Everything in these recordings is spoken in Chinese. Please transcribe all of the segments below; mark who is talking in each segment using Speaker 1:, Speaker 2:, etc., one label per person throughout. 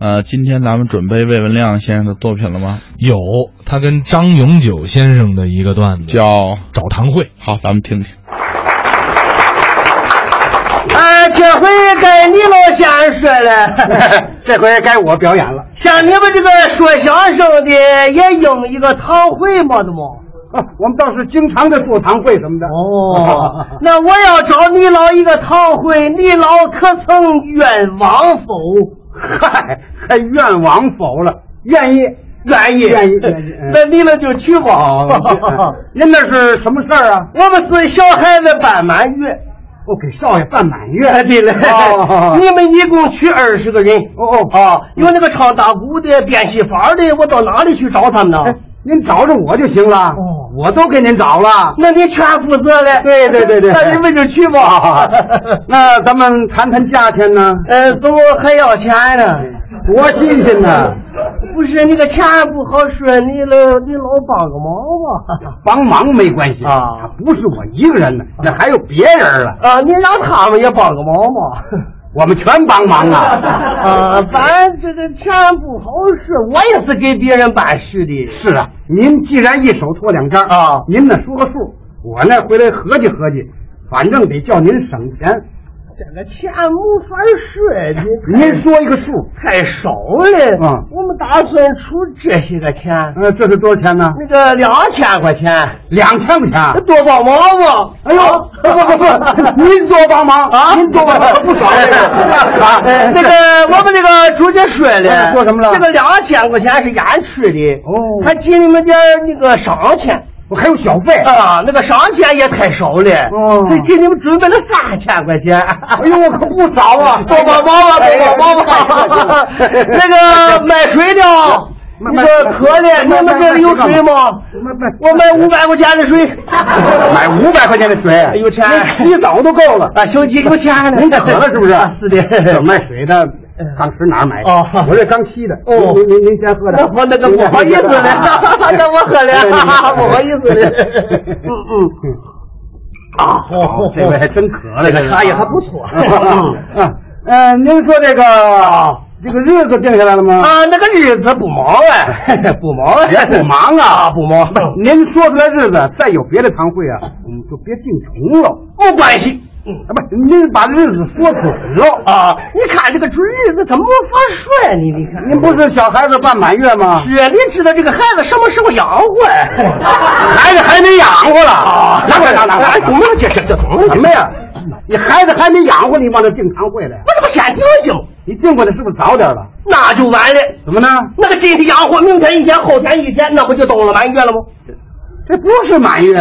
Speaker 1: 呃，今天咱们准备魏文亮先生的作品了吗？
Speaker 2: 有他跟张永久先生的一个段子，
Speaker 1: 叫
Speaker 2: 找堂会。
Speaker 1: 好，咱们听听。
Speaker 3: 哎，这回该你老先生说了，
Speaker 4: 这回该我表演了。
Speaker 3: 像你们这个说相声的也应一个堂会嘛，怎么？
Speaker 4: 我们倒是经常的做堂会什么的。
Speaker 3: 哦，那我要找你老一个堂会，你老可曾愿往否？
Speaker 4: 嗨，还愿望否了？愿意，
Speaker 3: 愿意，
Speaker 4: 愿意愿意嗯嗯
Speaker 3: 那你们就去吧。 哦
Speaker 4: 您那是什么事儿啊？
Speaker 3: 我们是小孩子办满 月。
Speaker 4: 我给少爷办满月。
Speaker 3: 哎，对了，
Speaker 4: 哦
Speaker 3: 你们一共去二十个人。
Speaker 4: 哦哦
Speaker 3: 啊，有那个唱打鼓的、变戏法的，我到哪里去找他们呢？
Speaker 4: 哎您找着我就行了。
Speaker 3: 哦
Speaker 4: 我都给您找 了。
Speaker 3: 那你全负责了。
Speaker 4: 对对对对
Speaker 3: 那你们就去 吧。
Speaker 4: 那咱们谈谈价钱呢？
Speaker 3: 呃，怎么还要钱呢？
Speaker 4: 多新 鲜呐！
Speaker 3: 不是那个钱不好说，你老你老帮个 忙吧。
Speaker 4: 帮忙没关系
Speaker 3: 啊
Speaker 4: 不是我一个人呢，那还有别人了，
Speaker 3: 啊，你让他们也帮个忙嘛。
Speaker 4: 我们全帮忙啊。
Speaker 3: 啊， 咱这个钱不好使，我也是给别人办事的。
Speaker 4: 是啊，您既然一手托两张
Speaker 3: 啊
Speaker 4: 您呢说个数，我呢回来合计合计，反正得叫您省钱。
Speaker 3: 这个钱没法说的。
Speaker 4: 您说一个数，
Speaker 3: 太少了。
Speaker 4: 嗯
Speaker 3: 我们打算出这些个钱，
Speaker 4: 呃，这是多少钱呢？
Speaker 3: 那个两千块钱，
Speaker 4: 两千块钱。
Speaker 3: 多帮忙吧。
Speaker 4: 哎呦，不不不 不，您多帮忙
Speaker 3: 啊
Speaker 4: 您多帮 忙不少这个啊
Speaker 3: 哎那个我们那个主席说了，
Speaker 4: 嗯说什么了
Speaker 3: 这个两千块钱是演吃的，
Speaker 4: 哦
Speaker 3: 还给你们点儿那个赏钱
Speaker 4: 我还有小费。
Speaker 3: 啊，那个赏钱也太少了，
Speaker 4: 哎哦
Speaker 3: 还给你们准备了三千块钱。
Speaker 4: 哎呦，我可不少啊！ 哎
Speaker 3: 多帮忙吧，多帮忙吧。 那个卖水的，你说可怜，你们这里有水吗？我买五百块钱的 水，
Speaker 4: 买五百块钱的水，
Speaker 3: 有钱
Speaker 4: 您洗澡都够了
Speaker 3: 啊，兄弟有钱呢，
Speaker 4: 您渴了是不是？
Speaker 3: 啊是的，
Speaker 4: 有卖水的，当时哪儿买的？
Speaker 3: 哦
Speaker 4: 我这刚吸的。
Speaker 3: 哦
Speaker 4: 您您您先喝哎
Speaker 3: 那
Speaker 4: 的。
Speaker 3: 我那个不好意思了， 那我喝了，不好意思了。嗯嗯，
Speaker 4: 啊，好，这位还真渴了，
Speaker 3: 这个
Speaker 4: 人
Speaker 3: 茶叶还不 错
Speaker 4: 啊，
Speaker 3: 嗯
Speaker 4: 呃，您说这个这个日子定下来了吗？
Speaker 3: 啊，那个日子不忙哎，不忙哎，
Speaker 4: 别 不忙啊，
Speaker 3: 不忙，
Speaker 4: 您说出来日子，再有别的堂会啊，我们就别定重了。
Speaker 3: 没关系。
Speaker 4: 啊，不，您把日子说准了啊！
Speaker 3: 啊，你看这个准日子他没法说呢，你看。
Speaker 4: 您不是小孩子办满月吗？
Speaker 3: 是啊，你知道这个孩子什么时候养活 呀？
Speaker 4: 孩子还没养活了啊！拿过来，拿拿拿！
Speaker 3: 哎怎么这这这怎么
Speaker 4: 什么呀？你孩子还没养活，你往这订堂会来呀？
Speaker 3: 我这不先定性，
Speaker 4: 你订过来是不是早点了？
Speaker 3: 那就完了。
Speaker 4: 怎么呢？
Speaker 3: 那个今天养活，明天一天，后天一天，那不就到了满月了吗？
Speaker 4: 这不是满月，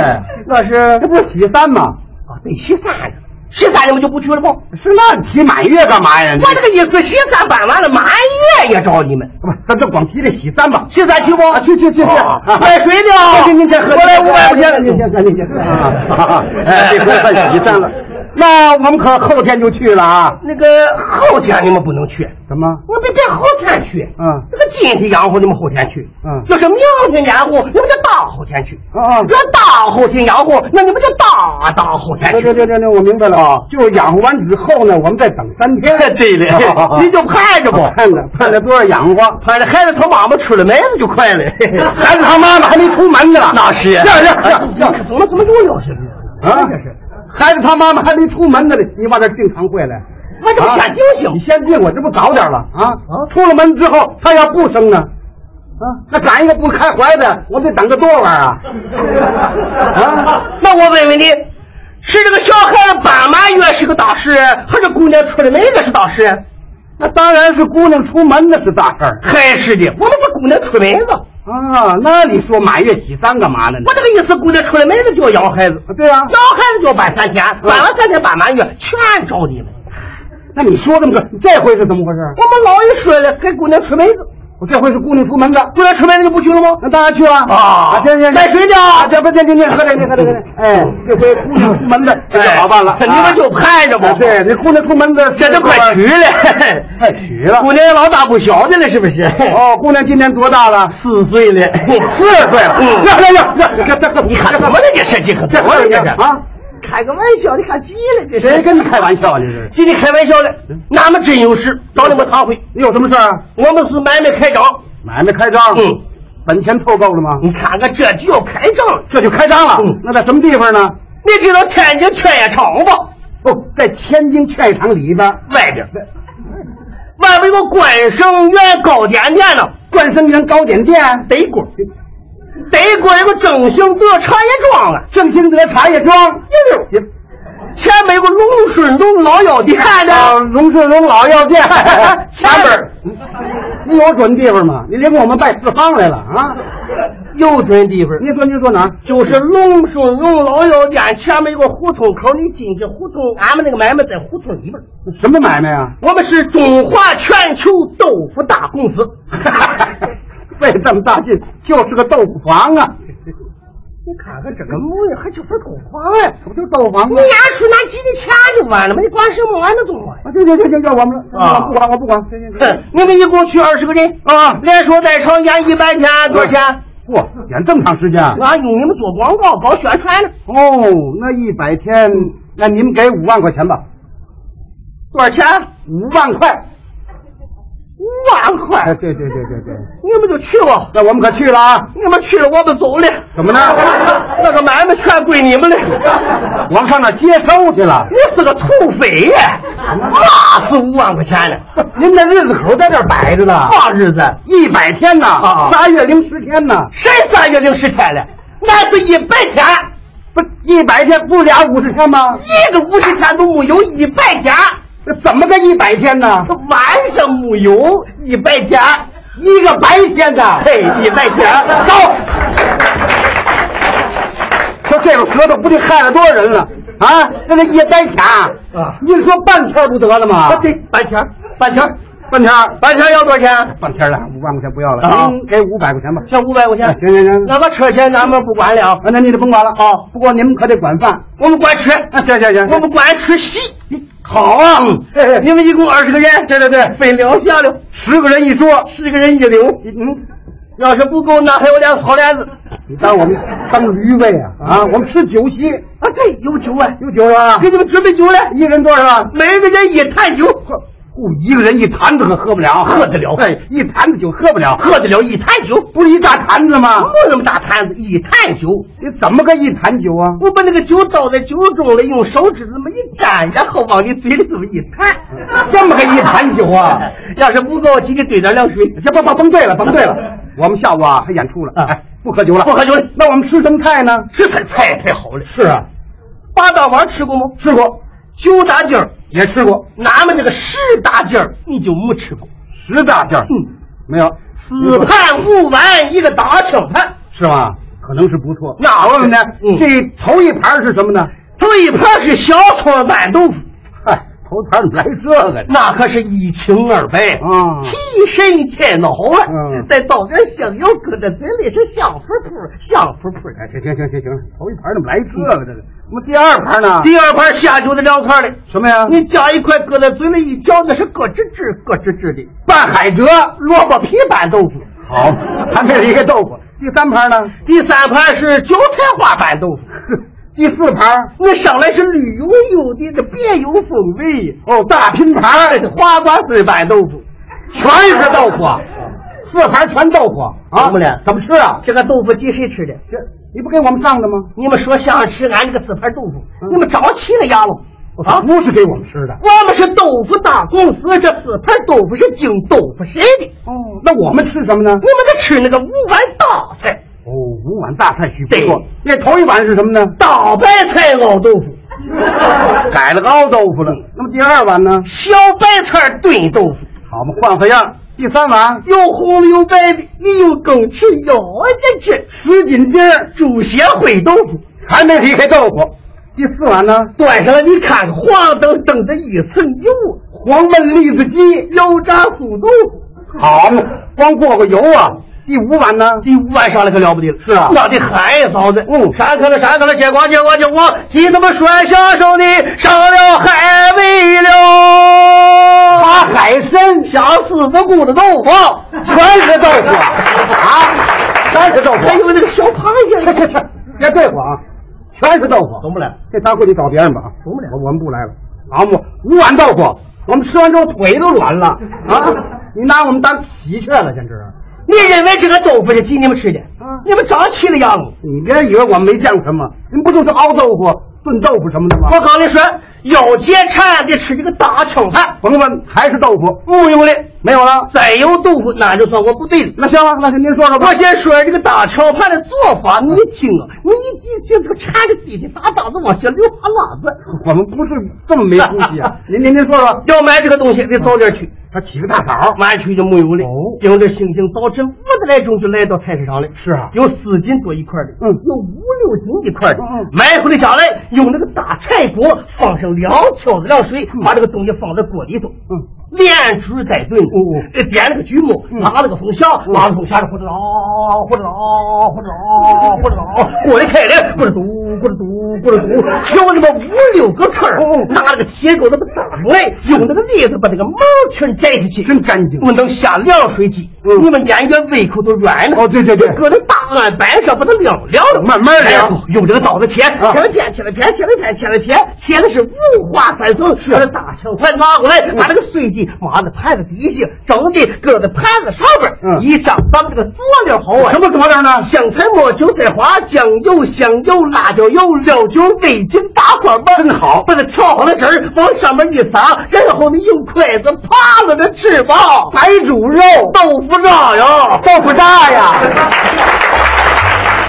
Speaker 3: 那是
Speaker 4: 这不是喜三吗？
Speaker 3: 啊，对，西三了，西三你们就不去了不？我
Speaker 4: 是那你提满月干嘛呀？你
Speaker 3: 这个意思，西三办完了，满月也找你们。
Speaker 4: 不，咱就光提这喜三吧。
Speaker 3: 西三去不？
Speaker 4: 啊，去去去去！
Speaker 3: 啊
Speaker 4: 啊
Speaker 3: 卖水的
Speaker 4: 啊
Speaker 3: 啊，
Speaker 4: 您您先喝，
Speaker 3: 我来500块钱
Speaker 4: 您先喝，您先喝。啊，哎，这回算喜三 了。那我们可后天就去了啊？
Speaker 3: 那个后天你们不能去，
Speaker 4: 怎么？
Speaker 3: 我们别后天去。
Speaker 4: 嗯
Speaker 3: 这个今天养活你们后天去，
Speaker 4: 嗯
Speaker 3: 要是明天养活你们就大后天去，
Speaker 4: 啊啊
Speaker 3: 要大后天养活，那你们就大大后天
Speaker 4: 对
Speaker 3: 去。
Speaker 4: 对对对对，我明白了啊！就是养活完之后呢，我们再等三 天。
Speaker 3: 对了，你
Speaker 4: 您就
Speaker 3: 就盼着吧，
Speaker 4: 盼着盼着多少养活，
Speaker 3: 盼着哎孩子他妈妈出了门子就快 了。
Speaker 4: 孩子他妈妈还没出门呢。
Speaker 3: 那是
Speaker 4: 呀呀啊哎呀呀！
Speaker 3: 怎么怎么又要是？
Speaker 4: 啊，这是，孩子他妈妈还没出门呢，你往这儿订堂会来。啊
Speaker 3: 我这不先定
Speaker 4: 你
Speaker 3: 性，
Speaker 4: 先订，我这不早点了啊？出了门之后，他要不生呢？啊，那赶一个不开怀的，我得等个多晚啊？啊，
Speaker 3: 那我问问你，是这个小孩子办满月是个大事，还是姑娘出了门子是大事？
Speaker 4: 那当然是姑娘出门那是大事儿
Speaker 3: 还是的，我们是姑娘出门子，
Speaker 4: 啊。那你说满月喜三干嘛呢？
Speaker 3: 我这个意思，姑娘出了门子就要养孩子。
Speaker 4: 对啊，
Speaker 3: 要孩子就办三天，
Speaker 4: 嗯
Speaker 3: 办完三天办满月，全找你们。
Speaker 4: 那你说这么个，这回是怎么回事？
Speaker 3: 我们老一说了，给姑娘出门子，
Speaker 4: 我这回是姑娘出门的，
Speaker 3: 姑娘出门子就不去了吗？
Speaker 4: 那当然去啊！
Speaker 3: 啊
Speaker 4: 这这
Speaker 3: 带水的
Speaker 4: 啊，这不这这这喝这这喝这喝这，哎，这回姑娘出门的这就好办了，
Speaker 3: 哎你们就盼着吧
Speaker 4: 啊。对，这姑娘出门的
Speaker 3: 这都快娶了，
Speaker 4: 快娶了
Speaker 3: 姑娘也老大不小的了，是不是？
Speaker 4: 哦，姑娘今年多大了？
Speaker 3: 四岁了，
Speaker 4: 四岁了。
Speaker 3: 嗯
Speaker 4: 呀呀呀呀！这这这，
Speaker 3: 你看怎么了？这是这可
Speaker 4: 这
Speaker 3: 怎么了？这是
Speaker 4: 啊？
Speaker 5: 开个玩笑，你看急了这
Speaker 4: 谁
Speaker 5: 是。
Speaker 4: 跟你开玩笑啊？这是
Speaker 3: 今天开玩笑了，
Speaker 4: 嗯
Speaker 3: 俺们真有事找你们堂会，
Speaker 4: 有什么事儿啊？
Speaker 3: 我们是买卖开张，
Speaker 4: 买卖开张，
Speaker 3: 嗯，
Speaker 4: 本钱凑够了吗？
Speaker 3: 你看看这就要开张了，
Speaker 4: 这就开张了。那在什么地方呢？
Speaker 3: 你知道天津劝业场吧？
Speaker 4: 哦，在天津劝业场里边，
Speaker 3: 外边，外边有个关圣园糕点店呢，
Speaker 4: 冠生园糕点店，
Speaker 3: 德国，德国有个正兴德茶叶庄啊，
Speaker 4: 正兴德茶叶庄，
Speaker 3: 一溜。前面有个龙顺龙老药店
Speaker 4: 啊，
Speaker 3: 呢，
Speaker 4: 荣顺荣老药店，
Speaker 3: 前边儿
Speaker 4: 你有准地方吗？你领我们拜四方来了啊？
Speaker 3: 有准地方。
Speaker 4: 你准就坐哪儿？
Speaker 3: 就是龙顺龙老药店前面有个胡同口，你进去胡同，俺们那个买卖在胡同里边儿。
Speaker 4: 什么买卖啊？
Speaker 3: 我们是中华全球豆腐大公司。
Speaker 4: 费这么大劲，就是个豆腐房啊！
Speaker 3: 你看看这个模样，还就是豆花呀！
Speaker 4: 这不就豆腐房
Speaker 3: 你
Speaker 4: 吗？
Speaker 3: 俩出拿几的钱就完了嘛，你管什么玩意儿东西？
Speaker 4: 啊，行行行行，要我们了，
Speaker 3: 啊
Speaker 4: 我不管，我不管，行行行
Speaker 3: 哼，你们一共去二十个人，
Speaker 4: 啊！
Speaker 3: 连说带唱演一百天多少钱？
Speaker 4: 嚯，演这么长时间啊？
Speaker 3: 俺用你们做广告搞宣传呢，
Speaker 4: 哦，那一百天，那你们给五万块钱吧，
Speaker 3: 多少钱？
Speaker 4: 五万块。
Speaker 3: 五万块
Speaker 4: 哎，，对对对对对，
Speaker 3: 你们就去吧。
Speaker 4: 那我们可去了啊！
Speaker 3: 你们去了，我们走了。
Speaker 4: 怎么呢
Speaker 3: 那个买卖全归你们了。
Speaker 4: 我们上那接收去了。
Speaker 3: 你是个土匪呀！那是五万块钱呢，
Speaker 4: 您的日子口在这儿摆着呢，
Speaker 3: 好日子。
Speaker 4: 一百天呢
Speaker 3: 啊啊，
Speaker 4: 仨月零十天呢，
Speaker 3: 谁三月零十天了？俺是一百天，
Speaker 4: 不一百天不俩五十天吗？
Speaker 3: 一个五十天都没有，一百天，
Speaker 4: 那怎么个一百天呢？
Speaker 3: 晚上没有，一百天，
Speaker 4: 一个白天呢？
Speaker 3: 嘿，一百天，
Speaker 4: 走，说这个舌头不得害了多少人了啊？那那一百天
Speaker 3: 啊
Speaker 4: 您说半天不得了吗？
Speaker 3: 我这啊半天，半天，
Speaker 4: 半天儿
Speaker 3: 半天要多少钱？
Speaker 4: 半天了，五万块钱不要了，
Speaker 3: 啊
Speaker 4: 您给五百块钱吧。
Speaker 3: 要五百块
Speaker 4: 哎
Speaker 3: 钱。
Speaker 4: 行行行，
Speaker 3: 那个车钱咱们不管了啊，
Speaker 4: 啊那你就甭管了啊。不过你们可得管饭。
Speaker 3: 我们管吃，
Speaker 4: 啊，行行行，
Speaker 3: 我们管吃席。
Speaker 4: 好啊。嘿嘿
Speaker 3: 你们一共二十个人，对对对，分两下了，
Speaker 4: 十个人一桌，
Speaker 3: 十个人一领。嗯，要是不够，那还有俩草帘子。
Speaker 4: 你当我们当驴喂啊？啊，我们吃酒席，
Speaker 3: 啊，对，有酒啊，
Speaker 4: 有酒是吧？
Speaker 3: 给你们准备酒来，
Speaker 4: 一人多少？
Speaker 3: 每个人一坛酒。
Speaker 4: 不，哦一个人一坛子可喝不了，
Speaker 3: 喝得了
Speaker 4: 哎，一坛子酒喝不了，
Speaker 3: 喝得了一坛酒，
Speaker 4: 不是一大坛子吗？
Speaker 3: 没那么大坛子，一坛酒。
Speaker 4: 你怎么个一坛酒啊？
Speaker 3: 我把那个酒倒在酒中了，用手指这么一沾，然后往你嘴里这么一弹，
Speaker 4: 这么个一坛酒啊？
Speaker 3: 要是不够，记得兑点凉水。
Speaker 4: 这不不甭对了，甭 对了，我们下午啊还演出了，
Speaker 3: 啊
Speaker 4: 哎，不喝酒了，
Speaker 3: 不喝酒了
Speaker 4: 那我们吃什么菜呢？
Speaker 3: 这份菜太好了，
Speaker 4: 是啊，
Speaker 3: 八大碗吃过吗？
Speaker 4: 吃过，
Speaker 3: 九大件儿，
Speaker 4: 也吃过
Speaker 3: 俺们这个十大件儿你就没吃过。
Speaker 4: 十大件儿，
Speaker 3: 嗯，
Speaker 4: 没有，
Speaker 3: 四盘五碗一个大秤盘，
Speaker 4: 是吗？可能是不错。
Speaker 3: 那
Speaker 4: 我问问呢
Speaker 3: 嗯，
Speaker 4: 这头一盘是什么呢？
Speaker 3: 头一盘是小葱儿拌豆腐，
Speaker 4: 嗨，头盘来这个呢？
Speaker 3: 那可是一清二白
Speaker 4: 啊
Speaker 3: 提神健脑啊！
Speaker 4: 嗯
Speaker 3: 再倒点香油搁在嘴里是香扑扑，香扑扑的。
Speaker 4: 哎，行行行行行，头一盘怎么来这个这个？那么第二盘呢？嗯
Speaker 3: 第二盘下酒的凉快的，
Speaker 4: 什么呀？
Speaker 3: 你夹一块搁在嘴里一嚼，那是咯吱吱咯吱吱的。
Speaker 4: 拌海蜇，
Speaker 3: 萝卜皮拌豆腐，
Speaker 4: 好，咱这是一个豆腐。第三盘呢？
Speaker 3: 第三盘是韭菜花拌豆腐，
Speaker 4: 第四盘
Speaker 3: 那上来是绿油油的，这别有风味。啊
Speaker 4: 哦，大拼盘
Speaker 3: 花瓜丝拌豆腐，
Speaker 4: 全是豆腐啊，四盘全豆腐啊啊！
Speaker 3: 怎么了
Speaker 4: 怎么吃啊？
Speaker 3: 这个豆腐给谁吃的？
Speaker 4: 这你不给我们上的吗？
Speaker 3: 你们说想吃俺这个四盘豆腐，你们着急了呀喽？
Speaker 4: 啊，不是给我们吃的。
Speaker 3: 我们是豆腐大公司，这四盘豆腐是经豆腐谁的？
Speaker 4: 哦，那我们吃什么呢？
Speaker 3: 我们得吃那个五碗大菜，
Speaker 4: 哦，五碗大菜许
Speaker 3: 对
Speaker 4: 不错。那头一碗是什么呢？
Speaker 3: 大白菜熬豆腐，
Speaker 4: 改了个熬豆腐了。嗯那么第二碗呢？
Speaker 3: 小白菜炖豆腐，
Speaker 4: 好嘛，换换样。第三碗
Speaker 3: 有红的有白的，你有更吃有的吃。
Speaker 4: 十斤斤儿
Speaker 3: 猪血烩豆腐，
Speaker 4: 还没离开豆腐。第四碗呢？
Speaker 3: 端上来你看看，黄澄澄的一层油，
Speaker 4: 黄焖栗子鸡，
Speaker 3: 油炸素豆腐。
Speaker 4: 好嘛，光过过油啊。第五碗呢？
Speaker 3: 第五碗上来可了不得了，
Speaker 4: 是啊
Speaker 3: 那得喊一嫂子，嗯，山开了，山开了，结果结果结果，急他妈甩下手的上了海味了。
Speaker 4: 大海参，
Speaker 3: 想死的骨的豆腐，
Speaker 4: 全是豆腐啊，全是豆
Speaker 3: 还
Speaker 4: 腐。
Speaker 3: 有那个小螃蟹，
Speaker 4: 别对付啊，全是豆腐，
Speaker 3: 懂不了。
Speaker 4: 这大会你找别人吧，懂不了。我们不来了，俺们五碗豆腐，我们吃完之后腿都软了啊！ 你拿我们当喜鹊了，简直！
Speaker 3: 你认为这个豆腐是给你们吃的？
Speaker 4: 啊
Speaker 3: 你们长气了样了。
Speaker 4: 你别以为我们没见过什么，你们不就是熬豆腐、炖豆腐什么的吗？
Speaker 3: 我告诉你说，要解馋得吃这个大秤饭，
Speaker 4: 甭问，还是豆腐，
Speaker 3: 木有的。
Speaker 4: 没有了。
Speaker 3: 再有豆腐，那就算我不对了。
Speaker 4: 那行了，那就您说说
Speaker 3: 我。
Speaker 4: 吧
Speaker 3: 先说这个大炒盘的做法，你听啊，你一听这个馋的滴滴答答的往下流哈喇子。
Speaker 4: 我们不是这么没出息啊！ 您您您说说，
Speaker 3: 要买这个东西得早点去，
Speaker 4: 他起个大早，
Speaker 3: 晚去就没有了
Speaker 4: 哦。
Speaker 3: 盯着星星早晨五点来钟就来到菜市场了。
Speaker 4: 是啊
Speaker 3: 有四斤多一块的，
Speaker 4: 嗯
Speaker 3: 有五六斤一块的
Speaker 4: 嗯嗯。
Speaker 3: 买回来下来，用那个大柴锅放上两瓢子凉水，把这个东西放在锅里头。
Speaker 4: 嗯，
Speaker 3: 连煮带炖，这点了个锯木，拉了个风箱，
Speaker 4: 嗯
Speaker 3: 拉了风箱，呼着嗷，呼着嗷，呼着嗷，呼着
Speaker 4: 嗯
Speaker 3: 嗷，锅里开了，咕噜嘟，咕噜嘟，咕噜嘟，挑那么五六个坑儿，拿那个铁钩子把打上来，用那个镊子把那个毛全摘下去，
Speaker 4: 真干净
Speaker 3: 我能下凉水机，
Speaker 4: 嗯
Speaker 3: 你们演员胃口都软了。
Speaker 4: 哦对对对
Speaker 3: 就搁在大案板上把它晾凉了，
Speaker 4: 慢慢
Speaker 3: 哎
Speaker 4: 凉
Speaker 3: 呦用这个刀子切，
Speaker 4: 啊
Speaker 3: 切了片，切了片，切了片，切了片，切的是五花三层。把这大小盘拿过来，把这个碎地码在盘子底下，整的搁在盘子上边儿，
Speaker 4: 嗯
Speaker 3: 一张咱们这个佐料好啊，
Speaker 4: 什么佐料呢？
Speaker 3: 香菜末、韭菜花、酱油、香油、辣椒油、料酒、味精、大蒜瓣，真好。把它调好了汁儿往上面一撒，然后你用筷子扒 拉着吃吧。白煮肉、豆腐炸呀，豆腐炸呀。